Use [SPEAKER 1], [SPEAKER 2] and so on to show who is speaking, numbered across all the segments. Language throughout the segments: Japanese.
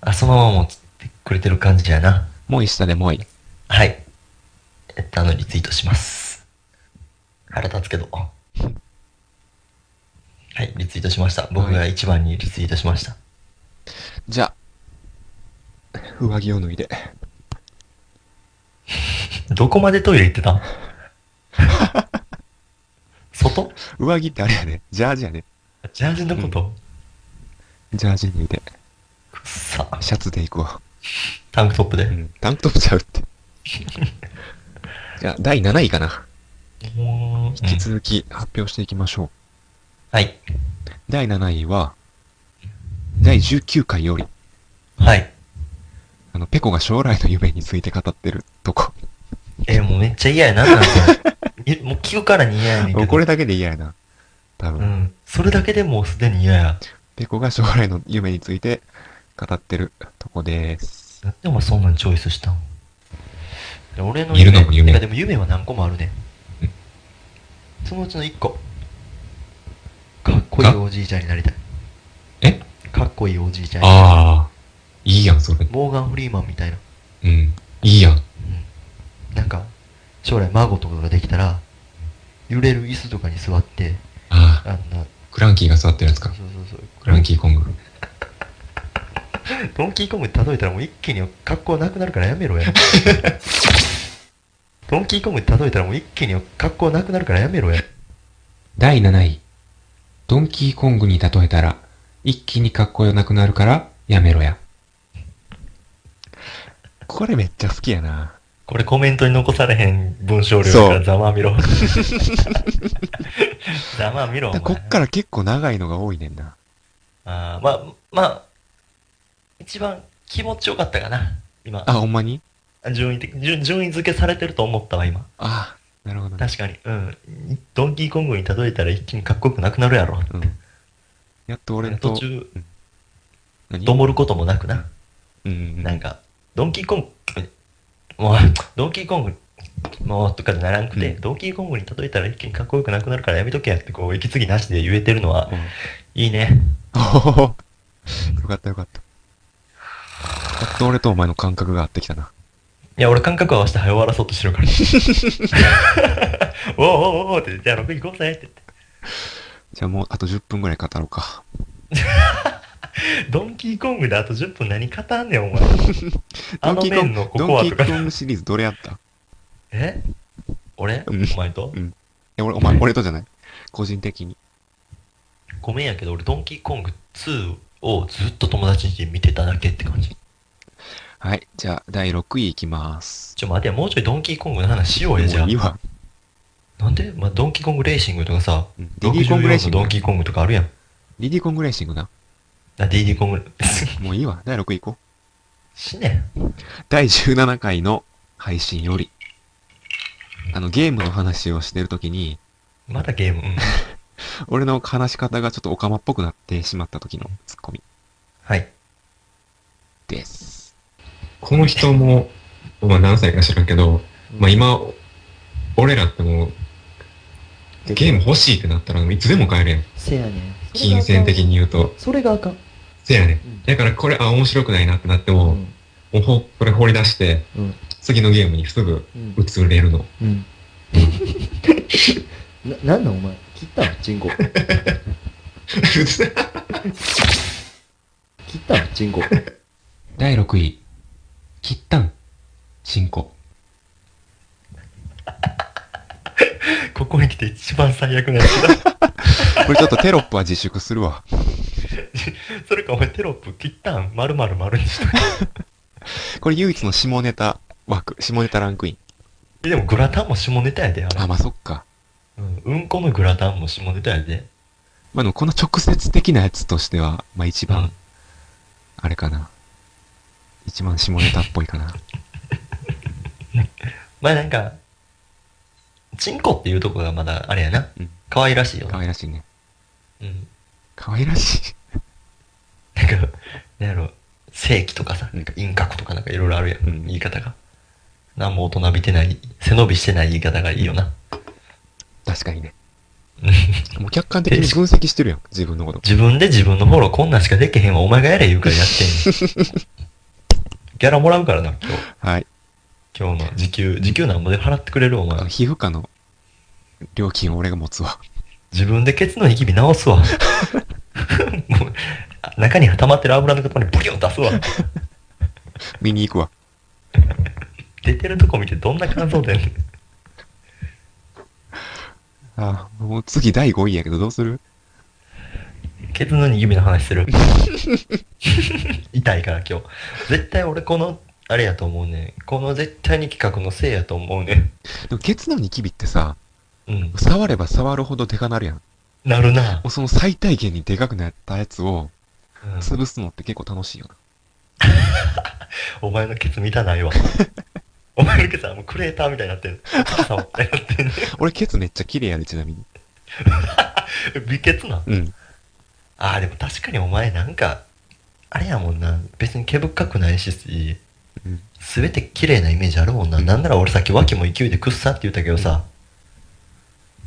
[SPEAKER 1] あ、そのまま持ってくれてる感じやな。
[SPEAKER 2] もう一緒でもういい。
[SPEAKER 1] はい。えっと、あの、リツイートします。腹立つけど。はい、リツイートしました。僕が一番にリツイートしました。
[SPEAKER 2] じゃあ、上着を脱いで。
[SPEAKER 1] どこまでトイレ行って たん外
[SPEAKER 2] 上着ってあれやね。ジャージやね。
[SPEAKER 1] ジャージのこと、
[SPEAKER 2] ジャージ脱いで。
[SPEAKER 1] くっさ。
[SPEAKER 2] シャツで行くわ。
[SPEAKER 1] タンクトップで。
[SPEAKER 2] うん。タンクトップちゃうって。じゃあ、第7位かな。
[SPEAKER 1] もう
[SPEAKER 2] 引き
[SPEAKER 1] うん
[SPEAKER 2] 続き発表していきましょう。
[SPEAKER 1] はい。
[SPEAKER 2] 第7位は、第19回より、
[SPEAKER 1] はい。
[SPEAKER 2] あの、ペコが将来の夢について語ってるとこ。
[SPEAKER 1] えーもうめっちゃ嫌や。 なんなんそれ。え、もう聞くからに嫌やねんけど。
[SPEAKER 2] これだけで嫌やな。多
[SPEAKER 1] う
[SPEAKER 2] 分。
[SPEAKER 1] ん。それだけでもうすでに嫌や。
[SPEAKER 2] ペコが将来の夢について語ってるとこです。
[SPEAKER 1] なんでお前そんなんチョイスしたんで俺の
[SPEAKER 2] 見るのも夢
[SPEAKER 1] いやでも夢は何個もあるねん。そのうちの1個。かっこいいおじいちゃんになりたい。
[SPEAKER 2] え
[SPEAKER 1] かっこいいおじいちゃんになりたい。
[SPEAKER 2] ああ、いいやん、それ。
[SPEAKER 1] モーガン・フリーマンみたいな。
[SPEAKER 2] うん。いいやん。
[SPEAKER 1] うんなんか、将来孫とかができたら、揺れる椅子とかに座って、
[SPEAKER 2] あ
[SPEAKER 1] あんな、
[SPEAKER 2] クランキーが座ってるやつ
[SPEAKER 1] そう。そうそう。
[SPEAKER 2] キーコング。
[SPEAKER 1] ドンキーコングに例えたらもう一気に格好なくなるからやめ ろや。ドンキーコングに例えたらもう一気に格好なくなるからやめろや。
[SPEAKER 2] 第7位。ドンキーコングに例えたら、一気にかっこよなくなるから、やめろや。これめっちゃ好きやな。
[SPEAKER 1] これコメントに残されへん文章量やか
[SPEAKER 2] そ
[SPEAKER 1] ら
[SPEAKER 2] う
[SPEAKER 1] ざまあみ ろ。ざまあみろ。お前
[SPEAKER 2] こっから結構長いのが多いねんな。
[SPEAKER 1] あーまあ、まあ、一番気持ちよかったかな。今。
[SPEAKER 2] あ、ほんまに
[SPEAKER 1] 順位的順、順位付けされてると思ったわ、今。
[SPEAKER 2] ああ、なるほどね。
[SPEAKER 1] 確かに。うん。ドンキーコングに例えたら一気にかっこよくなくなるやろ。
[SPEAKER 2] うん。やっと俺と、
[SPEAKER 1] 途中、
[SPEAKER 2] 何
[SPEAKER 1] どもることもなくな。
[SPEAKER 2] うん。
[SPEAKER 1] なんか、ドンキーコング、もう、ドンキーコング、もうとかじゃならんくて、
[SPEAKER 2] うん
[SPEAKER 1] ドンキーコングに例えたら一気にかっこよくなくなるからやめとけやって、こう、息継ぎなしで言えてるのは
[SPEAKER 2] う、ん
[SPEAKER 1] いいね。
[SPEAKER 2] お およかったよかった。やっと俺とお前の感覚が合ってきたな。
[SPEAKER 1] いや、俺感覚合わせて早終わらそうとしてるから。 おおおうおうおうって、じゃあ6行こうぜって
[SPEAKER 2] じゃあもうあと10分ぐらい語ろうか。
[SPEAKER 1] 言って。ドンキーコングであと10分何語んねん、お 前。あの
[SPEAKER 2] ドンキーコン
[SPEAKER 1] 面
[SPEAKER 2] グ
[SPEAKER 1] の、ココ
[SPEAKER 2] ド
[SPEAKER 1] ア
[SPEAKER 2] ンキ
[SPEAKER 1] と
[SPEAKER 2] ー
[SPEAKER 1] か
[SPEAKER 2] コ。ングシリーズどれやった
[SPEAKER 1] え俺
[SPEAKER 2] うん
[SPEAKER 1] お前と
[SPEAKER 2] うん。え、俺、お前、俺とじゃない。個人的に。
[SPEAKER 1] ごめんやけど、俺ドンキーコング2をずっと友達に見てただけって感じ。
[SPEAKER 2] はい。じゃあ、第6位いきます。
[SPEAKER 1] ちょ、待てよ、もうちょいドンキーコングの話しようや、じゃ
[SPEAKER 2] も
[SPEAKER 1] あ
[SPEAKER 2] ういい。わ。
[SPEAKER 1] なんで、まあ、ドンキーコングレーシングとかさ、
[SPEAKER 2] うんディディコングレーシ
[SPEAKER 1] 64の
[SPEAKER 2] ング
[SPEAKER 1] ドンキーコングとかあるやん。
[SPEAKER 2] リディコングレーシングな。
[SPEAKER 1] あ、DD コング。
[SPEAKER 2] もういいわ。第6位いこう。
[SPEAKER 1] 死ねん。
[SPEAKER 2] 第17回の配信より。あの、ゲームの話をしてるときに、
[SPEAKER 1] まだゲーム。うん
[SPEAKER 2] 俺の話し方がちょっとオカマっぽくなってしまった時のツッコミ
[SPEAKER 1] はい。
[SPEAKER 2] です。
[SPEAKER 3] この人も、まあ、何歳か知らんけど、まあ、今、俺らってもう、ゲーム欲しいってなったらいつでも買えるやん。
[SPEAKER 1] せやねん。
[SPEAKER 3] 金銭的に言うと。
[SPEAKER 1] それがあかん。
[SPEAKER 3] せやねん。
[SPEAKER 1] うん
[SPEAKER 3] だからこれ、あ、面白くないなってなっても、もうほこれ掘り出して、
[SPEAKER 1] うん
[SPEAKER 3] 次のゲームにすぐ
[SPEAKER 1] うん
[SPEAKER 3] 移れ るの。
[SPEAKER 1] う ん。な、なんなんお前。切ったんチンコ。切ったんチンコ。
[SPEAKER 2] 第6位。切ったん。進行。
[SPEAKER 1] ここに来て一番最悪なやつだ。
[SPEAKER 2] これちょっとテロップは自粛するわ。
[SPEAKER 1] それかお前テロップ切ったん丸々丸にした。
[SPEAKER 2] これ唯一の下ネタ枠、下ネタランクイン。
[SPEAKER 1] えでもグラタンも下ネタやで、あれ
[SPEAKER 2] あ、まあそっか。
[SPEAKER 1] うん。うんこのグラタンも下ネタやで。
[SPEAKER 2] まあでもこの直接的なやつとしては、まあ一
[SPEAKER 1] う
[SPEAKER 2] 番
[SPEAKER 1] ん、
[SPEAKER 2] あれかな。一番下ネタっぽいかな。
[SPEAKER 1] まあなんか、チンコっていうとこがまだあれやな
[SPEAKER 2] うん。
[SPEAKER 1] 可愛らしいよ
[SPEAKER 2] 可
[SPEAKER 1] な。
[SPEAKER 2] 愛らしいね。
[SPEAKER 1] うん。
[SPEAKER 2] 可愛らしい。
[SPEAKER 1] なんか、なんやろ、正規とかさ、なんか陰角とかなんかいろいろあるやん、
[SPEAKER 2] うん
[SPEAKER 1] 言い方が。なんも大人びてない、背伸びしてない言い方がいいよな。
[SPEAKER 2] 確かにね。
[SPEAKER 1] うん
[SPEAKER 2] もう客観的に分析してるやん、自分のこと。
[SPEAKER 1] 自分で自分のフォローこんなんしかできへんわ、お前がやれ言うからやってんギャラもらうからな、今日。
[SPEAKER 2] はい。
[SPEAKER 1] 今日の時給、時給なんぼで払ってくれるお前。
[SPEAKER 2] 皮膚科の料金を俺が持つわ。
[SPEAKER 1] 自分でケツのニキビ直すわ。もうあ中に溜まってる油の塊ブリュン出すわ。
[SPEAKER 2] 見に行くわ。
[SPEAKER 1] 出てるとこ見てどんな感想でんねん
[SPEAKER 2] ああ、もう次第5位やけどどうする
[SPEAKER 1] ケツのニキビの話する。痛いから今日。絶対俺この、あれやと思うねん。この絶対に企画のせいやと思うね
[SPEAKER 2] でもケツのニキビってさ、
[SPEAKER 1] ん。うん。
[SPEAKER 2] 触れば触るほどでかなるやん。も
[SPEAKER 1] なるな。
[SPEAKER 2] うその最大限にでかくなったやつを
[SPEAKER 1] うん
[SPEAKER 2] 潰すのって結構楽しいよな。
[SPEAKER 1] お前のケツ満たないわ。お前のケツはもうクレーターみたいになってる。朝みたいになってる。
[SPEAKER 2] 俺ケツめっちゃ綺麗やで、ちなみに。
[SPEAKER 1] 微ケツな。
[SPEAKER 2] うん。
[SPEAKER 1] ああ、でも確かにお前なんか、あれやもんな。別に毛深くないし
[SPEAKER 2] うん、
[SPEAKER 1] すべて綺麗なイメージあるもんな。
[SPEAKER 2] うん
[SPEAKER 1] なんなら俺さっき脇も勢いでくっさって言ったけどさ、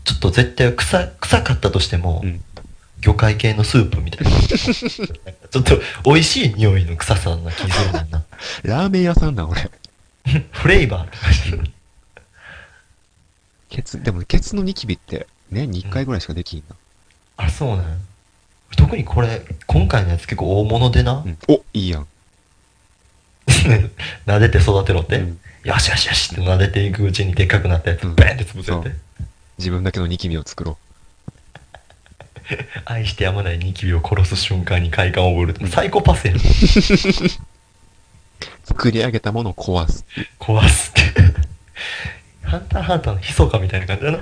[SPEAKER 1] ちょっと絶対臭、臭かったとしても、
[SPEAKER 2] うん
[SPEAKER 1] 魚介系のスープみたい な。なんかちょっと美味しい匂いの臭さな気するもん な。
[SPEAKER 2] ラーメン屋さんだ、俺。
[SPEAKER 1] フレーバーとかしてる。
[SPEAKER 2] ケツ、でもケツのニキビって年に1回ぐらいしかできんな。
[SPEAKER 1] あ、そうなんや特にこれ、今回のやつ結構大物でな
[SPEAKER 2] う。ん。お、いいやん。
[SPEAKER 1] 撫でて育てろって。
[SPEAKER 2] うん
[SPEAKER 1] よしよしよしって撫でていくうちにでっかくなったやつ、
[SPEAKER 2] うん
[SPEAKER 1] バーンって潰せ
[SPEAKER 2] そ
[SPEAKER 1] て
[SPEAKER 2] う。自分だけのニキビを作ろう。
[SPEAKER 1] 愛してやまないニキビを殺す瞬間に快感を覚えるってサイコパスやん
[SPEAKER 2] 作り上げたものを壊す。
[SPEAKER 1] 壊すって ハンターハンターのひそかみたいな感じだな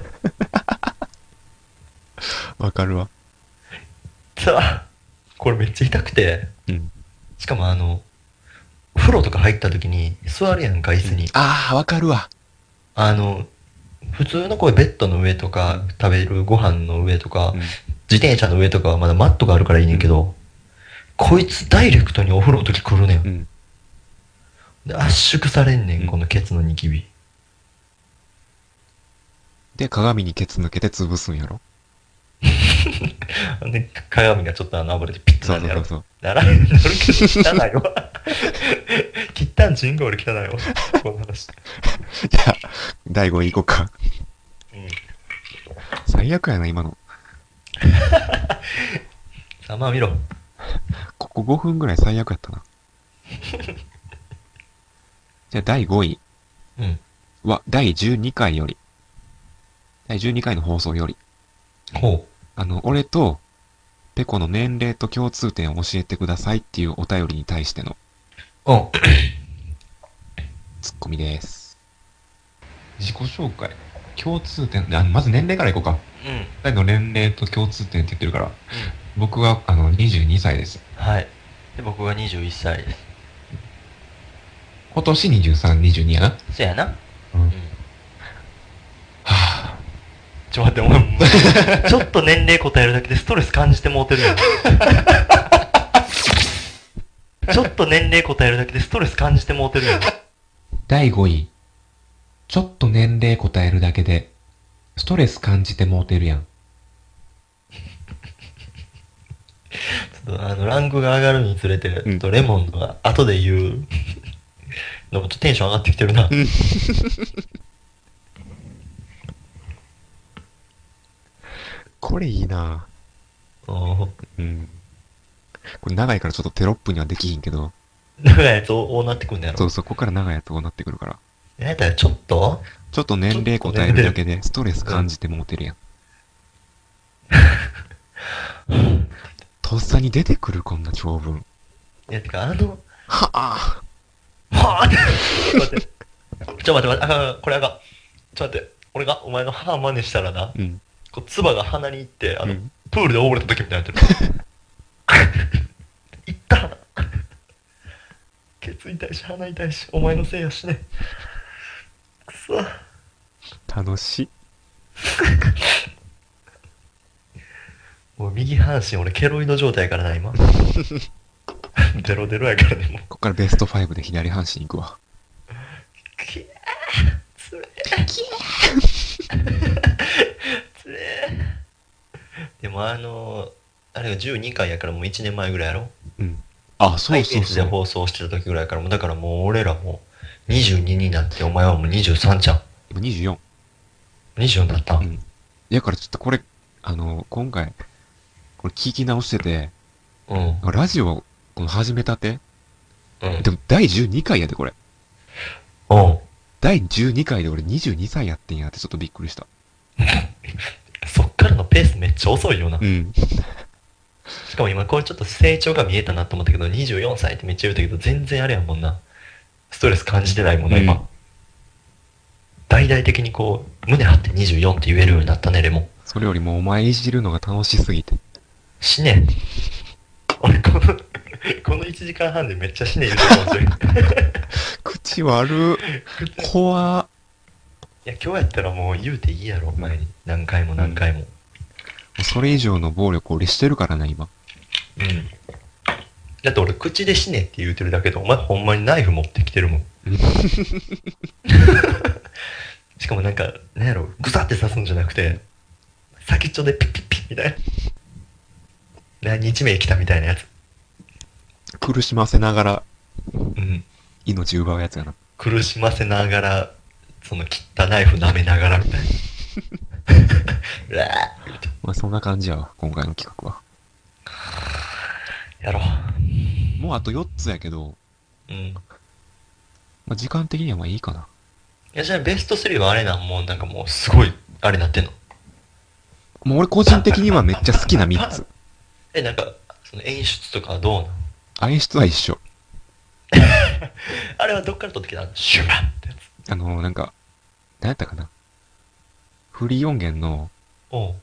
[SPEAKER 2] わかるわ。
[SPEAKER 1] さあこれめっちゃ痛くて
[SPEAKER 2] うん。
[SPEAKER 1] しかもあの風呂とか入った時に座るやんか椅子に、
[SPEAKER 2] ああ、わかるわ。
[SPEAKER 1] あの普通のこうベッドの上とか食べるご飯の上とか、
[SPEAKER 2] うん
[SPEAKER 1] 自転車の上とかはまだマットがあるからいいねんけど、こいつダイレクトにお風呂の時来るねん
[SPEAKER 2] うん。
[SPEAKER 1] で圧縮されんねん、
[SPEAKER 2] うん
[SPEAKER 1] このケツのニキビ
[SPEAKER 2] で、鏡にケツ抜けて潰すんやろ。
[SPEAKER 1] で鏡がちょっとあの暴れてピッと
[SPEAKER 2] そ
[SPEAKER 1] な
[SPEAKER 2] う
[SPEAKER 1] る
[SPEAKER 2] そう
[SPEAKER 1] や
[SPEAKER 2] そ
[SPEAKER 1] ろ
[SPEAKER 2] うそう。
[SPEAKER 1] ならへんなるけど汚いわ 切ったん人が俺 汚いわこの話、
[SPEAKER 2] じゃあ、第5位いこうか。
[SPEAKER 1] うん、
[SPEAKER 2] 最悪やな、今の。
[SPEAKER 1] さあまあ見ろ
[SPEAKER 2] ここ5分ぐらい最悪や ったな。じゃあ、第5位
[SPEAKER 1] うん
[SPEAKER 2] は、第12回より。第12回の放送より。
[SPEAKER 1] ほ
[SPEAKER 2] あの、俺と、ペコの年齢と共通点を教えてくださいっていうお便りに対しての
[SPEAKER 1] ううん
[SPEAKER 2] ツッコミです。
[SPEAKER 4] 自己紹介。共通点。あまず年齢からいこうか。
[SPEAKER 1] うん
[SPEAKER 4] 二人の年齢と共通点って言ってるから。僕は、あの、22歳です。
[SPEAKER 1] はいで僕が21歳です
[SPEAKER 4] 今年23、22やな。
[SPEAKER 1] そやな
[SPEAKER 4] うん
[SPEAKER 1] はあちょ待ってお前 ちょっと年齢答えるだけでストレス感じてもうてるやんちょっと年齢答えるだけでストレス感じてもうてるやん
[SPEAKER 4] 第5位。ちょっと年齢答えるだけで、ストレス感じてもうてるやん。
[SPEAKER 1] ちょっとあの、ランクが上がるにつれて、ちょっとレモンが後で言うのもちょっとテンション上がってきてるな。
[SPEAKER 2] これいいな
[SPEAKER 1] おー
[SPEAKER 2] うん。これ長いからちょっとテロップにはできひんけど、
[SPEAKER 1] 長いやつ多 なってくんのやろ
[SPEAKER 2] そう、そこから長いやつこうなってくるから。
[SPEAKER 1] なんやったらちょっと
[SPEAKER 2] ちょっと年齢答えるだけでストレス感じてもうて るやん。とっさに出てくるこんな長文。
[SPEAKER 1] いや、てかあの、
[SPEAKER 2] はあ
[SPEAKER 1] はぁちょっと待って。ちょっと待って、待ってあかんあかん、これあかん。ちょっと待って、俺がお前の歯真似したらな、
[SPEAKER 2] うん。
[SPEAKER 1] こう、唾が鼻に行って、あの、
[SPEAKER 2] うん
[SPEAKER 1] プールで溺れた時みたいになって る。行った鼻。ケツ痛いし、鼻痛いし、お前のせいやしね。くそ。
[SPEAKER 2] 楽しい。
[SPEAKER 1] もう右半身俺ケロイド状態やからな 今デロデロやからねもう
[SPEAKER 2] こっからベスト5で左半身いくわ。
[SPEAKER 1] きゃーつれーつれーでもあのあれが12回やからもう1年前ぐらいやろ
[SPEAKER 2] うん。あ、そう
[SPEAKER 1] ハイ
[SPEAKER 2] そ
[SPEAKER 1] ペ
[SPEAKER 2] う
[SPEAKER 1] ース
[SPEAKER 2] そ
[SPEAKER 1] で
[SPEAKER 2] う。
[SPEAKER 1] 放送してた時ぐらいからもうだからもう俺らもう22になってお前はもう23じゃん
[SPEAKER 2] 今24。
[SPEAKER 1] 24だった、
[SPEAKER 2] うん。やからちょっとこれ、あの、今回、これ聞き直してて、
[SPEAKER 1] うん
[SPEAKER 2] ラジオ、この始めたて
[SPEAKER 1] うん
[SPEAKER 2] でも第12回やで、これ。
[SPEAKER 1] うん
[SPEAKER 2] 第12回で俺22歳やってんやってちょっとびっくりした。
[SPEAKER 1] そっからのペースめっちゃ遅いよな
[SPEAKER 2] うん。
[SPEAKER 1] しかも今これちょっと成長が見えたなと思ったけど24歳ってめっちゃ言うたけど全然あれやもんなストレス感じてないもんな、
[SPEAKER 2] うん
[SPEAKER 1] 今大々的にこう胸張って24って言えるようになったねレモン
[SPEAKER 2] それよりもお前いじるのが楽しすぎて。
[SPEAKER 1] 死ね俺この この1時間半でめっちゃ死ね言うてたもんそれい
[SPEAKER 2] 口悪っ。怖っ。
[SPEAKER 1] や今日やったらもう言うていいやろ前に何回も何回も
[SPEAKER 2] それ以上の暴力俺してるからな、今。
[SPEAKER 1] うん、だって俺口で死ねって言うてるだけどお前ほんまにナイフ持ってきてるもん しかもなんかなんやろグサって刺すんじゃなくて先っちょでピッピッピッみたいな何日目生きたみたいなやつ
[SPEAKER 2] 苦しませながら
[SPEAKER 1] うん
[SPEAKER 2] 命奪うやつやな。
[SPEAKER 1] 苦しませながらその切ったナイフ舐めな がらみたいなうわーみたいな
[SPEAKER 2] まあそんな感じやわ、今回の企画は。
[SPEAKER 1] やろ
[SPEAKER 2] もうあと4つやけど、
[SPEAKER 1] ううん
[SPEAKER 2] まあ時間的にはまあいいかな。
[SPEAKER 1] いやじゃあベスト3はあれなんもうなんかもうすごいあれなってんの
[SPEAKER 2] もう俺個人的にはめっちゃ好きな3つ。
[SPEAKER 1] えなんかその演出とかはどうなん
[SPEAKER 2] あ演出は一緒。
[SPEAKER 1] あれはどっから取ってきたのシュバってやつ。
[SPEAKER 2] あのなんか、何やったかな。フリー音源の、
[SPEAKER 1] おう。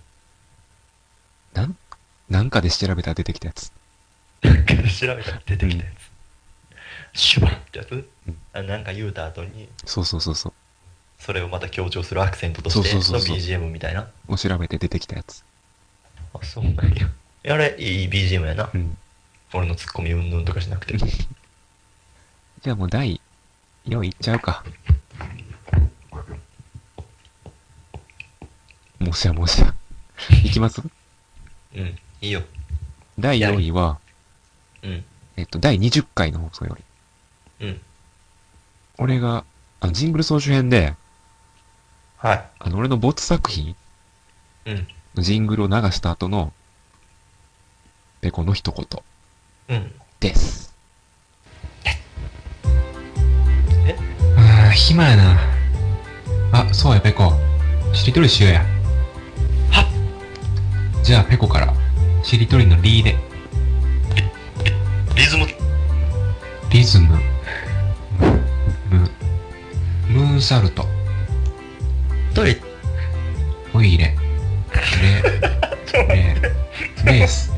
[SPEAKER 2] なん、なんかで調べたら出てきたやつ。
[SPEAKER 1] なんか調べたら出てきたやつ。シュバってやつ、あなんか言うた後に、
[SPEAKER 2] そうそうそうそ
[SPEAKER 1] それをまた強調するアクセントとして、
[SPEAKER 2] そうそうそうそう
[SPEAKER 1] の BGM みたいな。
[SPEAKER 2] う。を調べて出てきたやつ。
[SPEAKER 1] あ、そうなんや。あれ、いい BGM やな
[SPEAKER 2] う。ん。
[SPEAKER 1] 俺のツッコミうんぬんとかしなくて。
[SPEAKER 2] じゃあもう第4いっちゃうか。もしやもしや。いきます
[SPEAKER 1] うん、いいよ。
[SPEAKER 2] 第4位は、
[SPEAKER 1] うん、
[SPEAKER 2] えっと、第20回の放送より。
[SPEAKER 1] うん。
[SPEAKER 2] 俺が、あの、ジングル総集編で、
[SPEAKER 1] はい。
[SPEAKER 2] あの、俺の没作品
[SPEAKER 1] うん、
[SPEAKER 2] のジングルを流した後の、ペコの一言
[SPEAKER 1] うん。
[SPEAKER 2] です。
[SPEAKER 4] ああ、暇やな。あ、そうや、ペコ。しりとりしようや。
[SPEAKER 1] は
[SPEAKER 4] じゃあ、ペコから、しりとりのリーで、
[SPEAKER 1] リズム。
[SPEAKER 4] リズム、ム、ムーンサルト、
[SPEAKER 1] トイレ。
[SPEAKER 4] トイレ、 レ、レ、レース、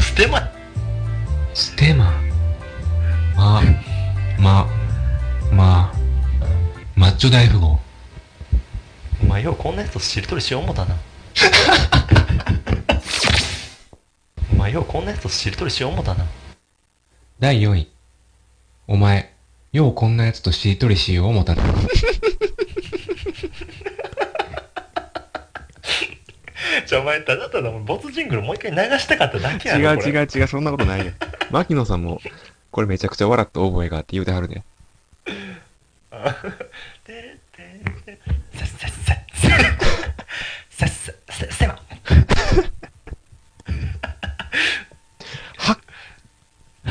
[SPEAKER 1] ステマ。
[SPEAKER 4] ステマ、ま、ま、ま、マッチョ大富豪。
[SPEAKER 1] お前ようこんなやつとしりとりしよう思た な。お前ようこんなやつとしりとりしよう思たな。
[SPEAKER 4] 第4位。お前、ようこんなやつとしりとりしよう思たな。
[SPEAKER 1] じゃあお前ただただボツジングルもう一回流したかっただけや
[SPEAKER 2] 違
[SPEAKER 1] ろ
[SPEAKER 2] う
[SPEAKER 1] これ
[SPEAKER 2] 違う違う、そんなこ とないよ。牧野さんも、これめちゃくちゃ笑った覚えがあって言うてはるで。
[SPEAKER 1] あてててせっせっせっせっせっせっせっま
[SPEAKER 2] は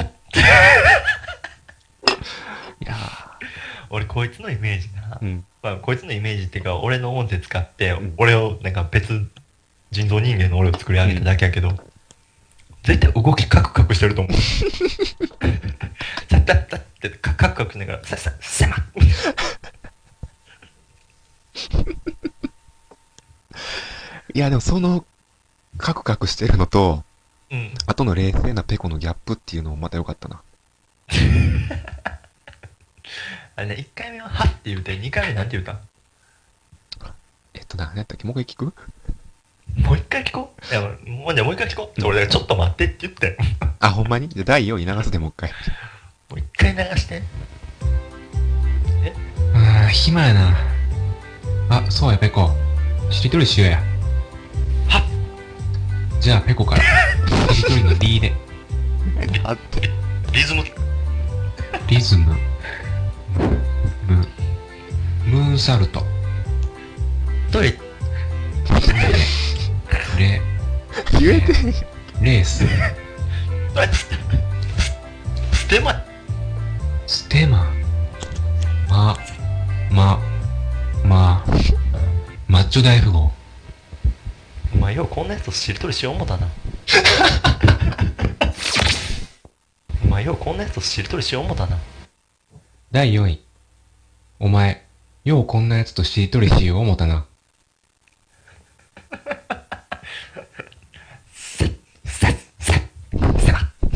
[SPEAKER 2] っいやー
[SPEAKER 1] 俺こいつのイメージな、
[SPEAKER 2] うん。
[SPEAKER 1] まあ、こいつのイメージっていうか俺の音声使って、
[SPEAKER 2] ん
[SPEAKER 1] 俺をなんか別人造人間の俺を作り上げただけやけど、絶対動きカクカクしてると思うさっさっさってカクカクしながらさっさっせっま
[SPEAKER 2] いや、でもその、カクカクしてるのと、
[SPEAKER 1] うん
[SPEAKER 2] 後の冷静なペコのギャップっていうのもまた良かったな。
[SPEAKER 1] あれね1回目は「は」って言うて2回目なんて言うか
[SPEAKER 2] えっとな、何やったっけもう一回聞く
[SPEAKER 1] もう一回聞こう。いや、もうじゃあもう一回聞こう。俺、ちょっと待ってって言って。
[SPEAKER 2] あ、ほんまにじゃあ第4位流すでもう一回。
[SPEAKER 1] もう一回流して。
[SPEAKER 4] ああ、暇やな。あ、そうや、ペコ。しりとりしようや。
[SPEAKER 1] は
[SPEAKER 4] じゃあ、ペコから、一人の D で。
[SPEAKER 5] だって
[SPEAKER 1] リズム、
[SPEAKER 4] リズム。ム。ムーンサルト。
[SPEAKER 1] トイレ、
[SPEAKER 4] レ、
[SPEAKER 5] 言えてへん
[SPEAKER 4] レース。
[SPEAKER 1] トイレ、ステマ、
[SPEAKER 4] ステマ。ま、ま、ま、マッチョ大富豪。
[SPEAKER 1] お前ようこんなやつとしりとりしよう思たな。お前ようこんなやつとしりとりしよう思たな。
[SPEAKER 4] 第4位。お前、ようこんなやつとしりとりしよう思たな。
[SPEAKER 1] さっ、さっ、さっ。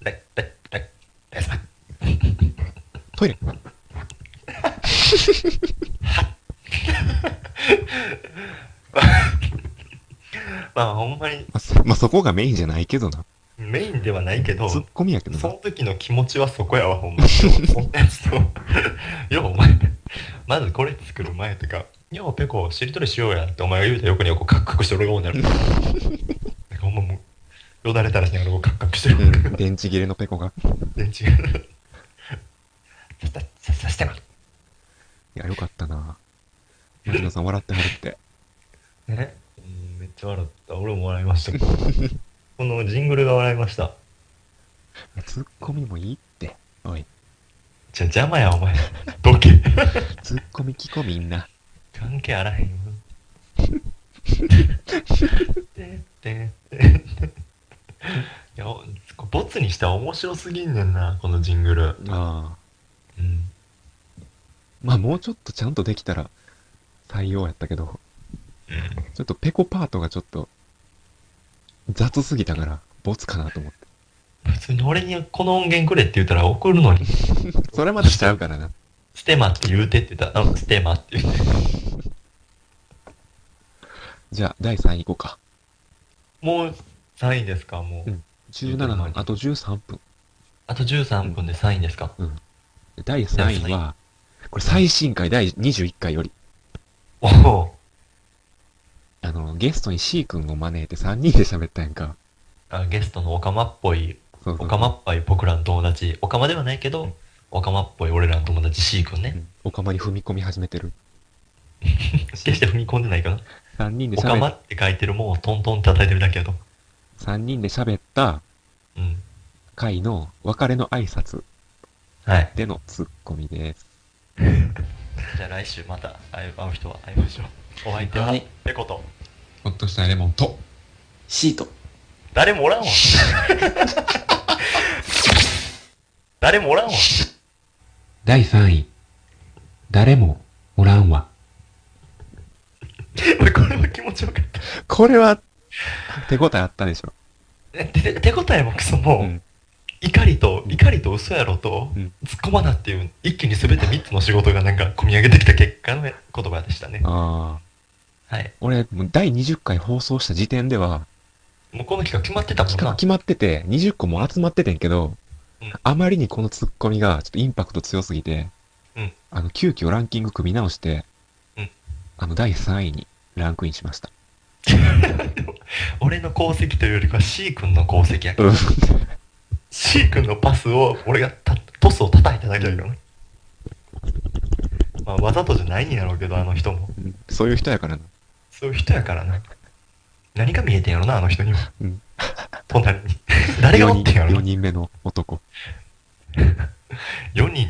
[SPEAKER 1] れ、れ、れ、れさ。
[SPEAKER 2] トイレ
[SPEAKER 1] まあほんまに
[SPEAKER 2] まあそまあそこがメインじゃないけどな。
[SPEAKER 1] メインではないけど、
[SPEAKER 2] ツッコミやけど
[SPEAKER 1] そ
[SPEAKER 2] な
[SPEAKER 1] の。時の気持ちはそこやわ、ほんまに。そんなやつと、よう、お前、まずこれ作る前とか、よう、ペコ、しりとりしようやって、お前が言うた横に横カクカクして俺がおんねやろ。なんかほんまもう、よだれたらしながらこうカクカクしてる。
[SPEAKER 2] うん、電池切れのペコが。
[SPEAKER 1] 全然違う。さ、さ、さ、さしてない
[SPEAKER 2] や、よかったな。吉野さん笑ってはるって。
[SPEAKER 1] えうんめっちゃ笑った。俺も笑いました。このジングルが笑いました。
[SPEAKER 2] ツッコミもいいって。おい、
[SPEAKER 1] じゃ、邪魔や、お前。どけ。
[SPEAKER 2] ツッコミ聞こみんな。
[SPEAKER 1] 関係あらへ んよ。ててていや、おボツにしたら面白すぎんねんな、このジングル。
[SPEAKER 2] ああ。
[SPEAKER 1] うん。
[SPEAKER 2] まあもうちょっとちゃんとできたら採用やったけど、ちょっとペコパートがちょっと雑すぎたから、ボツかなと思って。
[SPEAKER 1] 普通に俺にこの音源くれって言ったら怒るのに、
[SPEAKER 2] それまでしちゃうからな。
[SPEAKER 1] ステマって言うてって言ったら、あステマって言うて。
[SPEAKER 2] じゃあ、第3位いこうか。
[SPEAKER 1] もう3位ですか、もう。
[SPEAKER 2] うん17分、あと13分。
[SPEAKER 1] あと13分で3位ですか。
[SPEAKER 2] 第3位は、これ最新回第21回より、
[SPEAKER 1] おお。
[SPEAKER 2] あの、ゲストに C 君を招いて3人で喋ったやんか。
[SPEAKER 1] あゲストのオカマっぽい、
[SPEAKER 2] そうそ
[SPEAKER 1] オ
[SPEAKER 2] う
[SPEAKER 1] カマっぽい僕らの友達、オカマではないけど、オカマっぽい俺らの友達 C 君
[SPEAKER 2] う
[SPEAKER 1] ね。
[SPEAKER 2] んおかまに踏み込み始めてる。
[SPEAKER 1] 決して踏み込んでないかな。
[SPEAKER 2] 3人で
[SPEAKER 1] おか
[SPEAKER 2] 喋
[SPEAKER 1] ま
[SPEAKER 2] っ
[SPEAKER 1] って書いてるもんをトントンって叩いてるだけやと。
[SPEAKER 2] 三人で喋った
[SPEAKER 1] うん。
[SPEAKER 2] 回の別れの挨拶
[SPEAKER 1] はい。
[SPEAKER 2] でのツッコミです。
[SPEAKER 1] じゃあ来週また会う会う人は会いましょう。お相手は、
[SPEAKER 5] はい
[SPEAKER 1] ってこと。
[SPEAKER 4] ほっとしたレモンと。
[SPEAKER 5] シート
[SPEAKER 1] 誰もお らんわ。誰もおらんわ。
[SPEAKER 4] 第3位。誰もおらんわ。
[SPEAKER 1] 俺これも気持ちよかった。
[SPEAKER 2] これは、手応えあったでしょ。
[SPEAKER 1] えて手応えもクソも、
[SPEAKER 2] うん
[SPEAKER 1] 怒りと、怒りと嘘やろと、
[SPEAKER 2] うん
[SPEAKER 1] 突っ込まなっていう、一気に全て3つの仕事がなんか込み上げてきた結果の言葉でしたね。
[SPEAKER 2] ああ。
[SPEAKER 1] はい。
[SPEAKER 2] 俺、もう第20回放送した時点では、
[SPEAKER 1] もうこの企画決まってたもん
[SPEAKER 2] 企画
[SPEAKER 1] な。
[SPEAKER 2] 決まってて、20個も集まっててんけど
[SPEAKER 1] うん、
[SPEAKER 2] あまりにこのツッコミがちょっとインパクト強すぎて
[SPEAKER 1] うん、
[SPEAKER 2] あの、急遽ランキング組み直して
[SPEAKER 1] うん、
[SPEAKER 2] あの、第3位にランクインしました。
[SPEAKER 1] 俺の功績というよりかは C 君の功績やから。C 君のパスを俺がたトスを叩いただけだけどね、まあ、わざとじゃないんやろうけどあの人も
[SPEAKER 2] そういう人やからな。
[SPEAKER 1] そういう人やからな何が見えてんやろなあの人には、
[SPEAKER 2] うん
[SPEAKER 1] 隣に誰がおってんやろ
[SPEAKER 2] 4
[SPEAKER 1] 4人
[SPEAKER 2] 人目の男。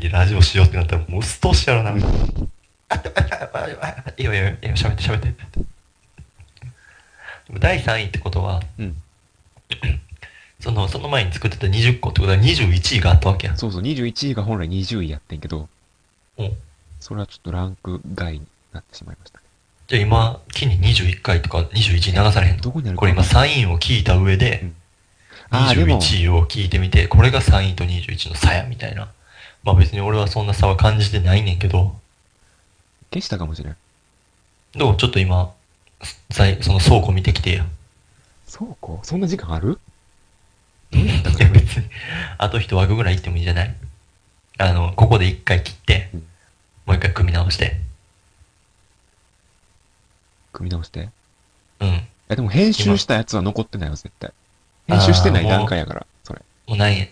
[SPEAKER 1] でラジオしようってなったらもううっとうしやろな、あああああいいよいいよいいよ喋って喋ってでも第3位ってことは
[SPEAKER 2] うん。
[SPEAKER 1] そのその前に作ってた20個ってことは21位があったわけや
[SPEAKER 2] そうそう、21位が本来20位やってんけど
[SPEAKER 1] うん、
[SPEAKER 2] それはちょっとランク外になってしまいました。
[SPEAKER 1] じゃあ今、木に21回とか21に流されへんの
[SPEAKER 2] どこにあるか
[SPEAKER 1] これ今サインを聞いた上で、
[SPEAKER 2] あーでも
[SPEAKER 1] 21位を聞いてみて、これがサインと21の差やみたいな。まあ別に俺はそんな差は感じてないねんけど、
[SPEAKER 2] 消したかもしれん。
[SPEAKER 1] どうちょっと今、さいその倉庫見てきてや。
[SPEAKER 2] そうかそんな時間ある
[SPEAKER 1] いや別に、あと一枠ぐらい行ってもいいんじゃないあの、ここで一回切って
[SPEAKER 2] うん、
[SPEAKER 1] もう一回組み直して。
[SPEAKER 2] 組み直して。
[SPEAKER 1] うん。
[SPEAKER 2] え、でも編集したやつは残ってないよ、絶対。編集してない段階やから、それ。
[SPEAKER 1] もうないやん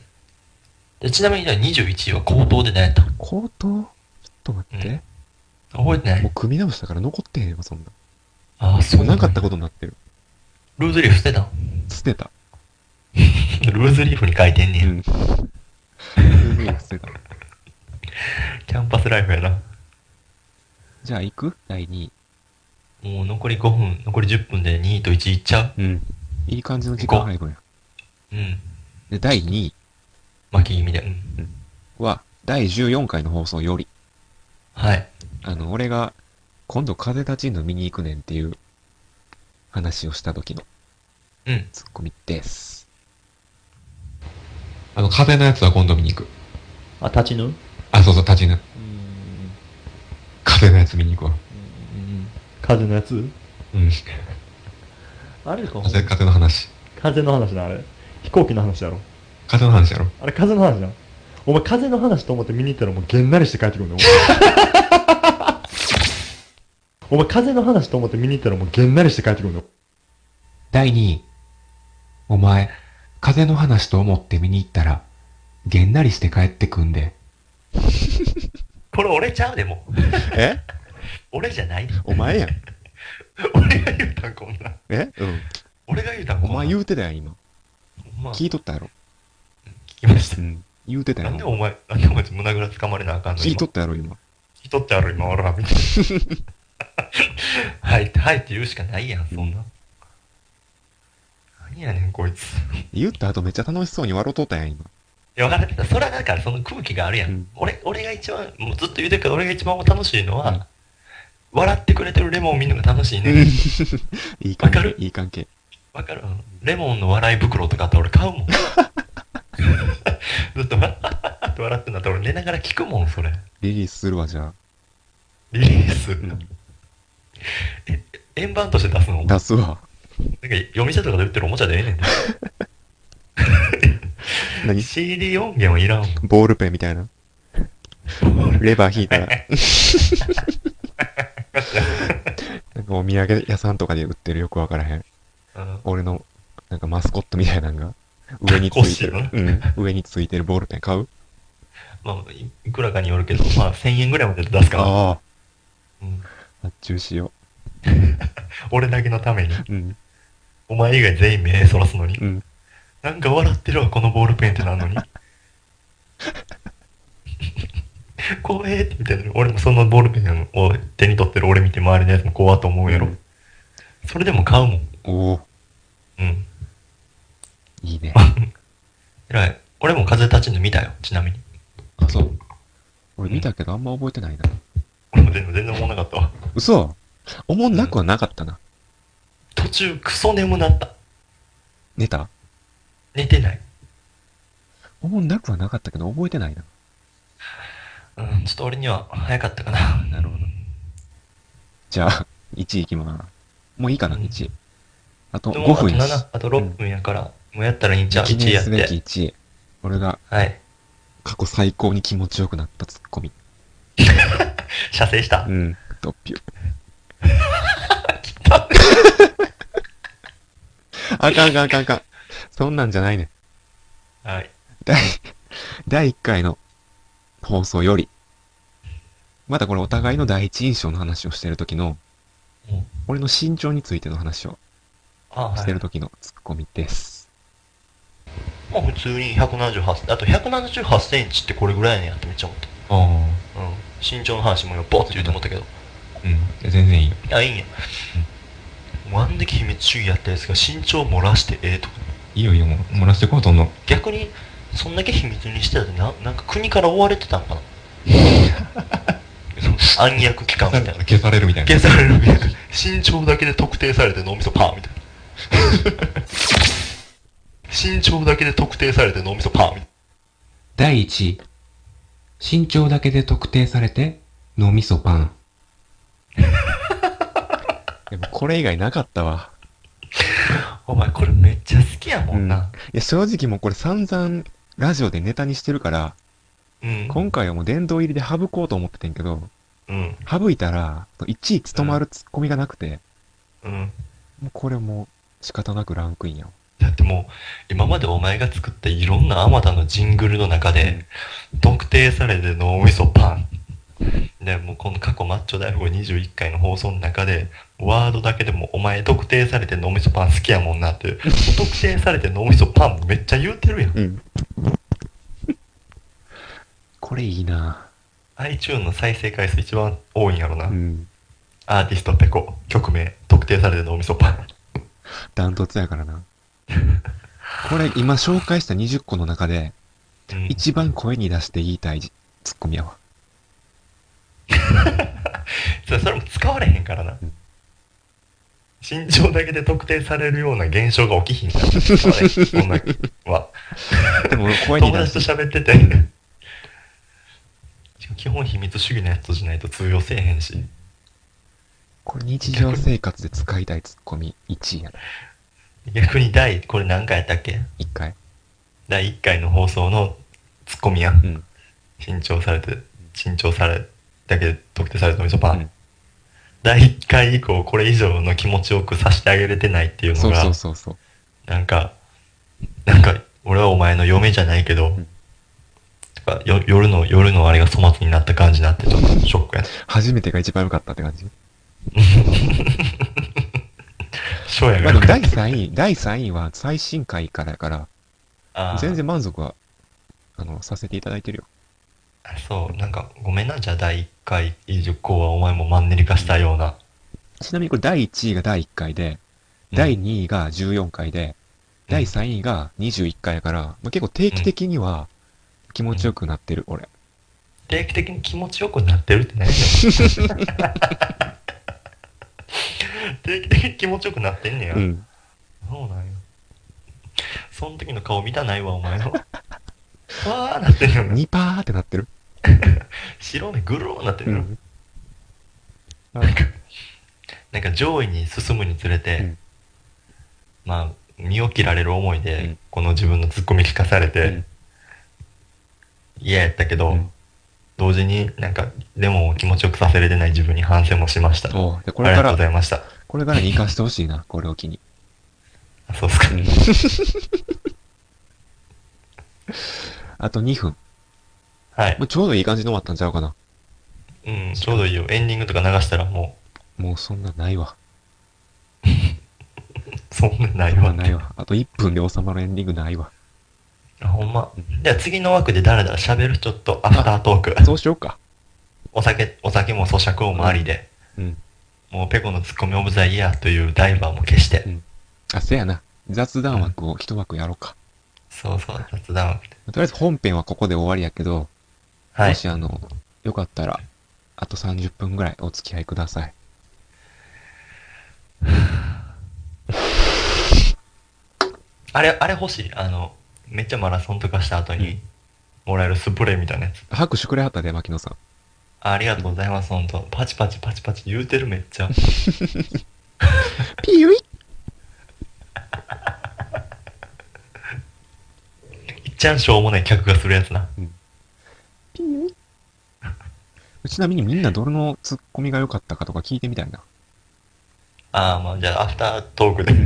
[SPEAKER 1] でちなみにじゃあ21位は口頭で何やったの
[SPEAKER 2] 口頭ちょっと待って。
[SPEAKER 1] 覚えてな
[SPEAKER 2] も
[SPEAKER 1] い
[SPEAKER 2] う組み直したから残ってへんわ、そんな。
[SPEAKER 1] ああ、
[SPEAKER 2] もうなかった
[SPEAKER 1] と。
[SPEAKER 2] ことになってる。
[SPEAKER 1] ルーズリーフ捨てたの
[SPEAKER 2] 捨てた。
[SPEAKER 1] ルーズリーフに書いてんね。
[SPEAKER 2] うんん。うん捨てた。
[SPEAKER 1] キャンパスライフやな。
[SPEAKER 2] じゃあ行く第2位。
[SPEAKER 1] もう残り5分、残り10分で2位と1位いっちゃ
[SPEAKER 2] うん。いい感じの時間配分や。
[SPEAKER 1] ううん。
[SPEAKER 2] で、第2位
[SPEAKER 1] 巻き気味で。うん。
[SPEAKER 2] は、第14回の放送より、
[SPEAKER 1] はい。
[SPEAKER 2] あの、俺が、今度風立ちぬ見に行くねんっていう話をした時の
[SPEAKER 1] うん。
[SPEAKER 2] ツッコミです。
[SPEAKER 6] あの、風のやつは今度見に行く。
[SPEAKER 1] あ、立ちぬ
[SPEAKER 6] あ、そうそう、立ちぬ。風のやつ見に行くわ。
[SPEAKER 3] 風のやつ
[SPEAKER 6] うん。
[SPEAKER 3] あれか
[SPEAKER 6] 風、風の話。
[SPEAKER 3] 風の話なあれ飛行機の話やろ
[SPEAKER 6] 風の話やろ。
[SPEAKER 3] あれ風の話じゃんお前風の話と思って見に行ったらもうげんなりして帰ってくるん だよお前お前風の話と思って見に行ったらもうげんなりして帰ってくるんだよ
[SPEAKER 4] 第2位。お前、風の話と思って見に行ったら、げんなりして帰ってくんで。
[SPEAKER 1] これ俺ちゃうでもう。
[SPEAKER 2] え
[SPEAKER 1] 俺じゃない で。
[SPEAKER 2] お前やん。
[SPEAKER 1] 俺が言うたんこんなん。
[SPEAKER 2] えうん。
[SPEAKER 1] 俺が言うたんこ
[SPEAKER 2] お
[SPEAKER 1] んなん。
[SPEAKER 2] 前言うてたやん、今。
[SPEAKER 1] まあ、
[SPEAKER 2] 聞
[SPEAKER 1] 聞
[SPEAKER 2] いとったやろ。
[SPEAKER 1] きまし
[SPEAKER 2] うん。言うて
[SPEAKER 1] た。
[SPEAKER 2] た
[SPEAKER 1] なん
[SPEAKER 2] や
[SPEAKER 1] で
[SPEAKER 2] ろ。
[SPEAKER 1] お前、なんでお前胸ぐらつかまれなあかんの
[SPEAKER 2] 聞い
[SPEAKER 1] 今
[SPEAKER 2] とったやろ、今。
[SPEAKER 1] 聞き取ってある今俺 はみた いなはいってはいって言うしかないやんそんな、何やねんこいつ
[SPEAKER 2] 言った後めっちゃ楽しそうに笑うとったやん、今。
[SPEAKER 1] いや分かってたそれはだからその空気があるやん、
[SPEAKER 2] うん
[SPEAKER 1] 俺俺が一番もうずっと言うてるけど俺が一番楽しいのは、笑ってくれてるレモンを見るのが楽しいね。
[SPEAKER 2] いい関
[SPEAKER 1] わか
[SPEAKER 2] 係
[SPEAKER 1] る、
[SPEAKER 2] いい関係。
[SPEAKER 1] わかるレモンの笑い袋とかあって俺買うもん。 ずっとわっはっはって笑ってんだって俺寝ながら聞くもん、それ。
[SPEAKER 2] リリースするわ、じゃ
[SPEAKER 1] リリース。
[SPEAKER 2] ん
[SPEAKER 1] え、円盤として出すの
[SPEAKER 2] あ。出す
[SPEAKER 1] な
[SPEAKER 2] わ。
[SPEAKER 1] んか読み茶とかで売ってるおもちゃでええねんて。
[SPEAKER 2] 何
[SPEAKER 1] CD 音源はいらんもん。
[SPEAKER 2] ボールペンみたいな。レバー引いた ら。なんかお土産屋さんとかで売ってるよくわからへん。
[SPEAKER 1] うん
[SPEAKER 2] 俺の、なんかマスコットみたいなのが、上についてる
[SPEAKER 1] 欲し。
[SPEAKER 2] うん。上についてるボールペン買う
[SPEAKER 1] まあ、いいくらかによるけど、まあ、1000円ぐらいまで出すから、
[SPEAKER 2] あ
[SPEAKER 1] うん
[SPEAKER 2] あ。発注しよ
[SPEAKER 1] 俺だけのために、
[SPEAKER 2] う。うん。
[SPEAKER 1] お前以外全員目そらすのに、
[SPEAKER 2] うん。
[SPEAKER 1] なんか笑ってるわ、このボールペンってなのに。怖えってみたいな、俺もそのボールペンを手に取ってる俺見て、周りのやつも怖と思うやろ。
[SPEAKER 2] うん
[SPEAKER 1] それでも買うもん。
[SPEAKER 2] おお
[SPEAKER 1] うん。
[SPEAKER 2] いいね。
[SPEAKER 1] えらい。俺も風立ちぬ見たよ、ちなみに。
[SPEAKER 2] あ、そう。俺見たけどあんま覚えてないな。
[SPEAKER 1] 俺も全然全然思わなかったわ。
[SPEAKER 2] 嘘おもんなくはなかったな。
[SPEAKER 1] 途中、クソ眠なった。
[SPEAKER 2] 寝た
[SPEAKER 1] 寝てない。
[SPEAKER 2] おもんなくはなかったけど覚えてないな。
[SPEAKER 1] うん、ちょっと俺には早かったかな。
[SPEAKER 2] なるほど。じゃあ、1位いきまーす。もういいかな、
[SPEAKER 1] うん
[SPEAKER 2] 1位。あと
[SPEAKER 1] でも
[SPEAKER 2] 5分や
[SPEAKER 1] あと
[SPEAKER 2] し
[SPEAKER 1] 7。あと6分やから、もうやったらいいんちゃう
[SPEAKER 2] 記
[SPEAKER 1] 1位
[SPEAKER 2] 念
[SPEAKER 1] やっ
[SPEAKER 2] すべき
[SPEAKER 1] て。
[SPEAKER 2] 1位。俺が
[SPEAKER 1] はい。
[SPEAKER 2] 過去最高に気持ちよくなったツッコミ。
[SPEAKER 1] 射精した。
[SPEAKER 2] うん。ドッピュ。 あかんあかんあかんあかん。そんなんじゃないね。
[SPEAKER 1] はい。
[SPEAKER 2] 第、第1回の放送より。まだこれお互いの第一印象の話をしてる時の
[SPEAKER 1] うん、
[SPEAKER 2] 俺の身長についての話を
[SPEAKER 1] あは
[SPEAKER 2] してる時のツッコミです。
[SPEAKER 1] い、まあ普通に178、あと178センチってこれぐらいねやってめっちゃ思っ
[SPEAKER 6] ああ。
[SPEAKER 1] た。うん。身長の話も今、ボッて言うと思ったけど。
[SPEAKER 6] うん。全然いいよ。
[SPEAKER 1] あ、いいんや。もうあんだけ秘密主義やったやつが身長漏らしてええとか。
[SPEAKER 6] いいよいいよ、もう。漏らしてこう、どんどん。
[SPEAKER 1] 逆に、そんだけ秘密にしてたらな、なんか国から追われてたん かな。暗躍期間みたいな。
[SPEAKER 6] 消されるみたいな。
[SPEAKER 1] 消されるみたいな身長だけで特定されて脳みそパーみたいな 身長だけで特定されて脳みそパーみたい
[SPEAKER 4] 第1位。身長だけで特定されて、脳みそパン。
[SPEAKER 2] でもこれ以外なかったわ。
[SPEAKER 1] なお前これめっちゃ好きやもんな、
[SPEAKER 2] いや、正直もうこれ散々ラジオでネタにしてるから、
[SPEAKER 1] うんうん
[SPEAKER 2] 今回はもう殿堂入りで省こうと思っててんけど、省いたら、1位務まるツッコミがなくて、
[SPEAKER 1] うん
[SPEAKER 2] もうこれもう仕方なくランクインやわ。
[SPEAKER 1] だってもう、今までお前が作ったいろんなあまたのジングルの中で、特定されて脳みそパン。で、もうこの過去マッチョ大富豪21回の放送の中で、ワードだけでもお前特定されて脳みそパン好きやもんな って、特定されて脳みそパンめっちゃ言うてるやん。
[SPEAKER 2] うん。これいいな
[SPEAKER 1] iTune の再生回数一番多いんやろな。
[SPEAKER 2] うん。
[SPEAKER 1] アーティストペコ、曲名、特定されて脳みそパン。
[SPEAKER 2] ダントツやからな。これ今紹介した20個の中で、
[SPEAKER 1] うん
[SPEAKER 2] 一番声に出して言いたいツッコミやわ。
[SPEAKER 1] そそれも使われへんからな。身長だけで特定されるような現象が起きひん から。使われへんそんなんは
[SPEAKER 2] でも俺声に
[SPEAKER 1] 友
[SPEAKER 2] 出
[SPEAKER 1] 達と
[SPEAKER 2] して、
[SPEAKER 1] 喋ってて。しかも基本秘密主義のやつじゃないと通用せえへんし。
[SPEAKER 2] これ日常生活で使いたいツッコミ1位やな。
[SPEAKER 1] 逆に第、これ何回やったっけ
[SPEAKER 2] 1回。
[SPEAKER 1] 第1回の放送のツッコミや。
[SPEAKER 2] うんん。
[SPEAKER 1] 新調されて、新調され、だけで特定されたみそパン。
[SPEAKER 2] うん
[SPEAKER 1] 第1回以降、これ以上の気持ちよくさせてあげれてないっていうの
[SPEAKER 2] そう
[SPEAKER 1] が、
[SPEAKER 2] そうそうそう。
[SPEAKER 1] なんか、なんか、俺はお前の嫁じゃないけど、
[SPEAKER 2] ん
[SPEAKER 1] とかよ夜の、夜のあれが粗末になった感じになって、ちょっとショックやな。
[SPEAKER 2] 初めてが一番良かったって感じ。
[SPEAKER 1] 翔や
[SPEAKER 2] まあ
[SPEAKER 1] が
[SPEAKER 2] で
[SPEAKER 1] 良か
[SPEAKER 2] も
[SPEAKER 1] っ
[SPEAKER 2] 第3位、第3位は最新回からやから、
[SPEAKER 1] た。
[SPEAKER 2] 全然満足は、あの、させていただいてるよ。
[SPEAKER 1] あーそう、なんか、ごめんな、じゃあ第1回以降はお前もマンネリ化したような。
[SPEAKER 2] ちなみにこれ第1位が第1回で、
[SPEAKER 1] うん
[SPEAKER 2] 第2位が14回で、
[SPEAKER 1] うん
[SPEAKER 2] 第3位が21回やから、まあ、結構定期的には気持ちよくなってる、 俺。
[SPEAKER 1] 定期的に気持ちよくなってるって何よ。定期的に気持ちよくなってんねや。
[SPEAKER 2] うん。
[SPEAKER 1] そうなんよ。その時の顔見たないわ、お前の。わ ーなってるよね。
[SPEAKER 2] 2パーってなってる。
[SPEAKER 1] 白目ぐるーなって
[SPEAKER 2] う
[SPEAKER 1] るよ。
[SPEAKER 2] ん。
[SPEAKER 1] なんか上位に進むにつれて、
[SPEAKER 2] うん
[SPEAKER 1] まあ、身を切られる思いで、
[SPEAKER 2] うん
[SPEAKER 1] この自分のツッコミ聞かされ
[SPEAKER 2] う
[SPEAKER 1] て
[SPEAKER 2] ん、
[SPEAKER 1] 嫌、やったけど、
[SPEAKER 2] うん
[SPEAKER 1] 同時になんか、でも気持ちよくさせれてない自分に反省もしました。あ
[SPEAKER 2] おうでこ
[SPEAKER 1] り
[SPEAKER 2] れか
[SPEAKER 1] がとうご
[SPEAKER 2] ら、
[SPEAKER 1] ざいました。
[SPEAKER 2] これからに生かしてほしいな、これを機に。
[SPEAKER 1] あそうっすか。
[SPEAKER 2] あと2分。
[SPEAKER 1] はい
[SPEAKER 2] も。うちょうどいい感じで終わったんちゃうかな。
[SPEAKER 1] うん、ちょうどいいよ。エンディングとか流したらも
[SPEAKER 2] もうそんなないわ。
[SPEAKER 1] う、そんなない
[SPEAKER 2] そんな
[SPEAKER 1] わ。
[SPEAKER 2] ないわ。あと1分で収まるエンディングないわ。
[SPEAKER 1] あほんま。じゃあ次の枠で誰だ喋るちょっとアフタートーク。
[SPEAKER 2] そうしようか。
[SPEAKER 1] お酒、お酒も咀嚼音もありで。
[SPEAKER 2] うん。
[SPEAKER 1] もうペコのツッコミオブザイヤーというダイバーも消して。
[SPEAKER 2] あ、せやな。雑談枠を一枠やろうか。
[SPEAKER 1] そうそう、雑談枠で。
[SPEAKER 2] とりあえず本編はここで終わりやけど、
[SPEAKER 1] は
[SPEAKER 2] も
[SPEAKER 1] い。
[SPEAKER 2] しあの、よかったら、あと30分ぐらいお付き合いください。
[SPEAKER 1] あれ、あれ欲しい。あの、めっちゃマラソンとかした後にもらえるスプレーみたいなやつ。
[SPEAKER 2] 拍手くれはったで、牧野さん。
[SPEAKER 1] あありがとうございます、ほんと。パチパチパチパチ言うてるめっちゃ。
[SPEAKER 2] ピユイ
[SPEAKER 1] いっちゃんしょうもない客がするやつな。
[SPEAKER 2] ピユイちなみにみんなどれのツッコミが良かったかとか聞いてみたいな。
[SPEAKER 1] ああ、まあじゃあアフタートークで。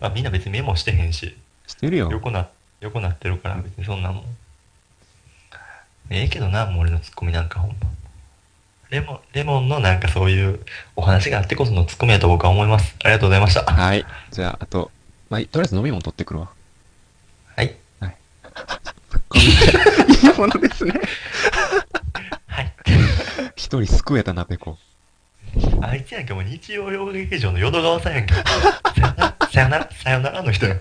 [SPEAKER 1] まあみんな別にメモしてへんし。
[SPEAKER 2] してるよ。
[SPEAKER 1] 横な、横なってるから、別にそんなもん。ええけどな、もう俺のツッコミなんかほんま。レモン、レモンのなんかそういうお話があってこそのツッコミやと僕は思います。ありがとうございました。は
[SPEAKER 2] はい。じゃあ、あと、まあ、とりあえず飲み物取ってくる わ。
[SPEAKER 1] い。
[SPEAKER 2] いいもの ですね。
[SPEAKER 1] はい。
[SPEAKER 2] 一人救えたな、ペコ。
[SPEAKER 1] あいつやんけ、もう日曜洋劇場の淀川さんやんけ。さよなら、さよなら、さよならの人やん。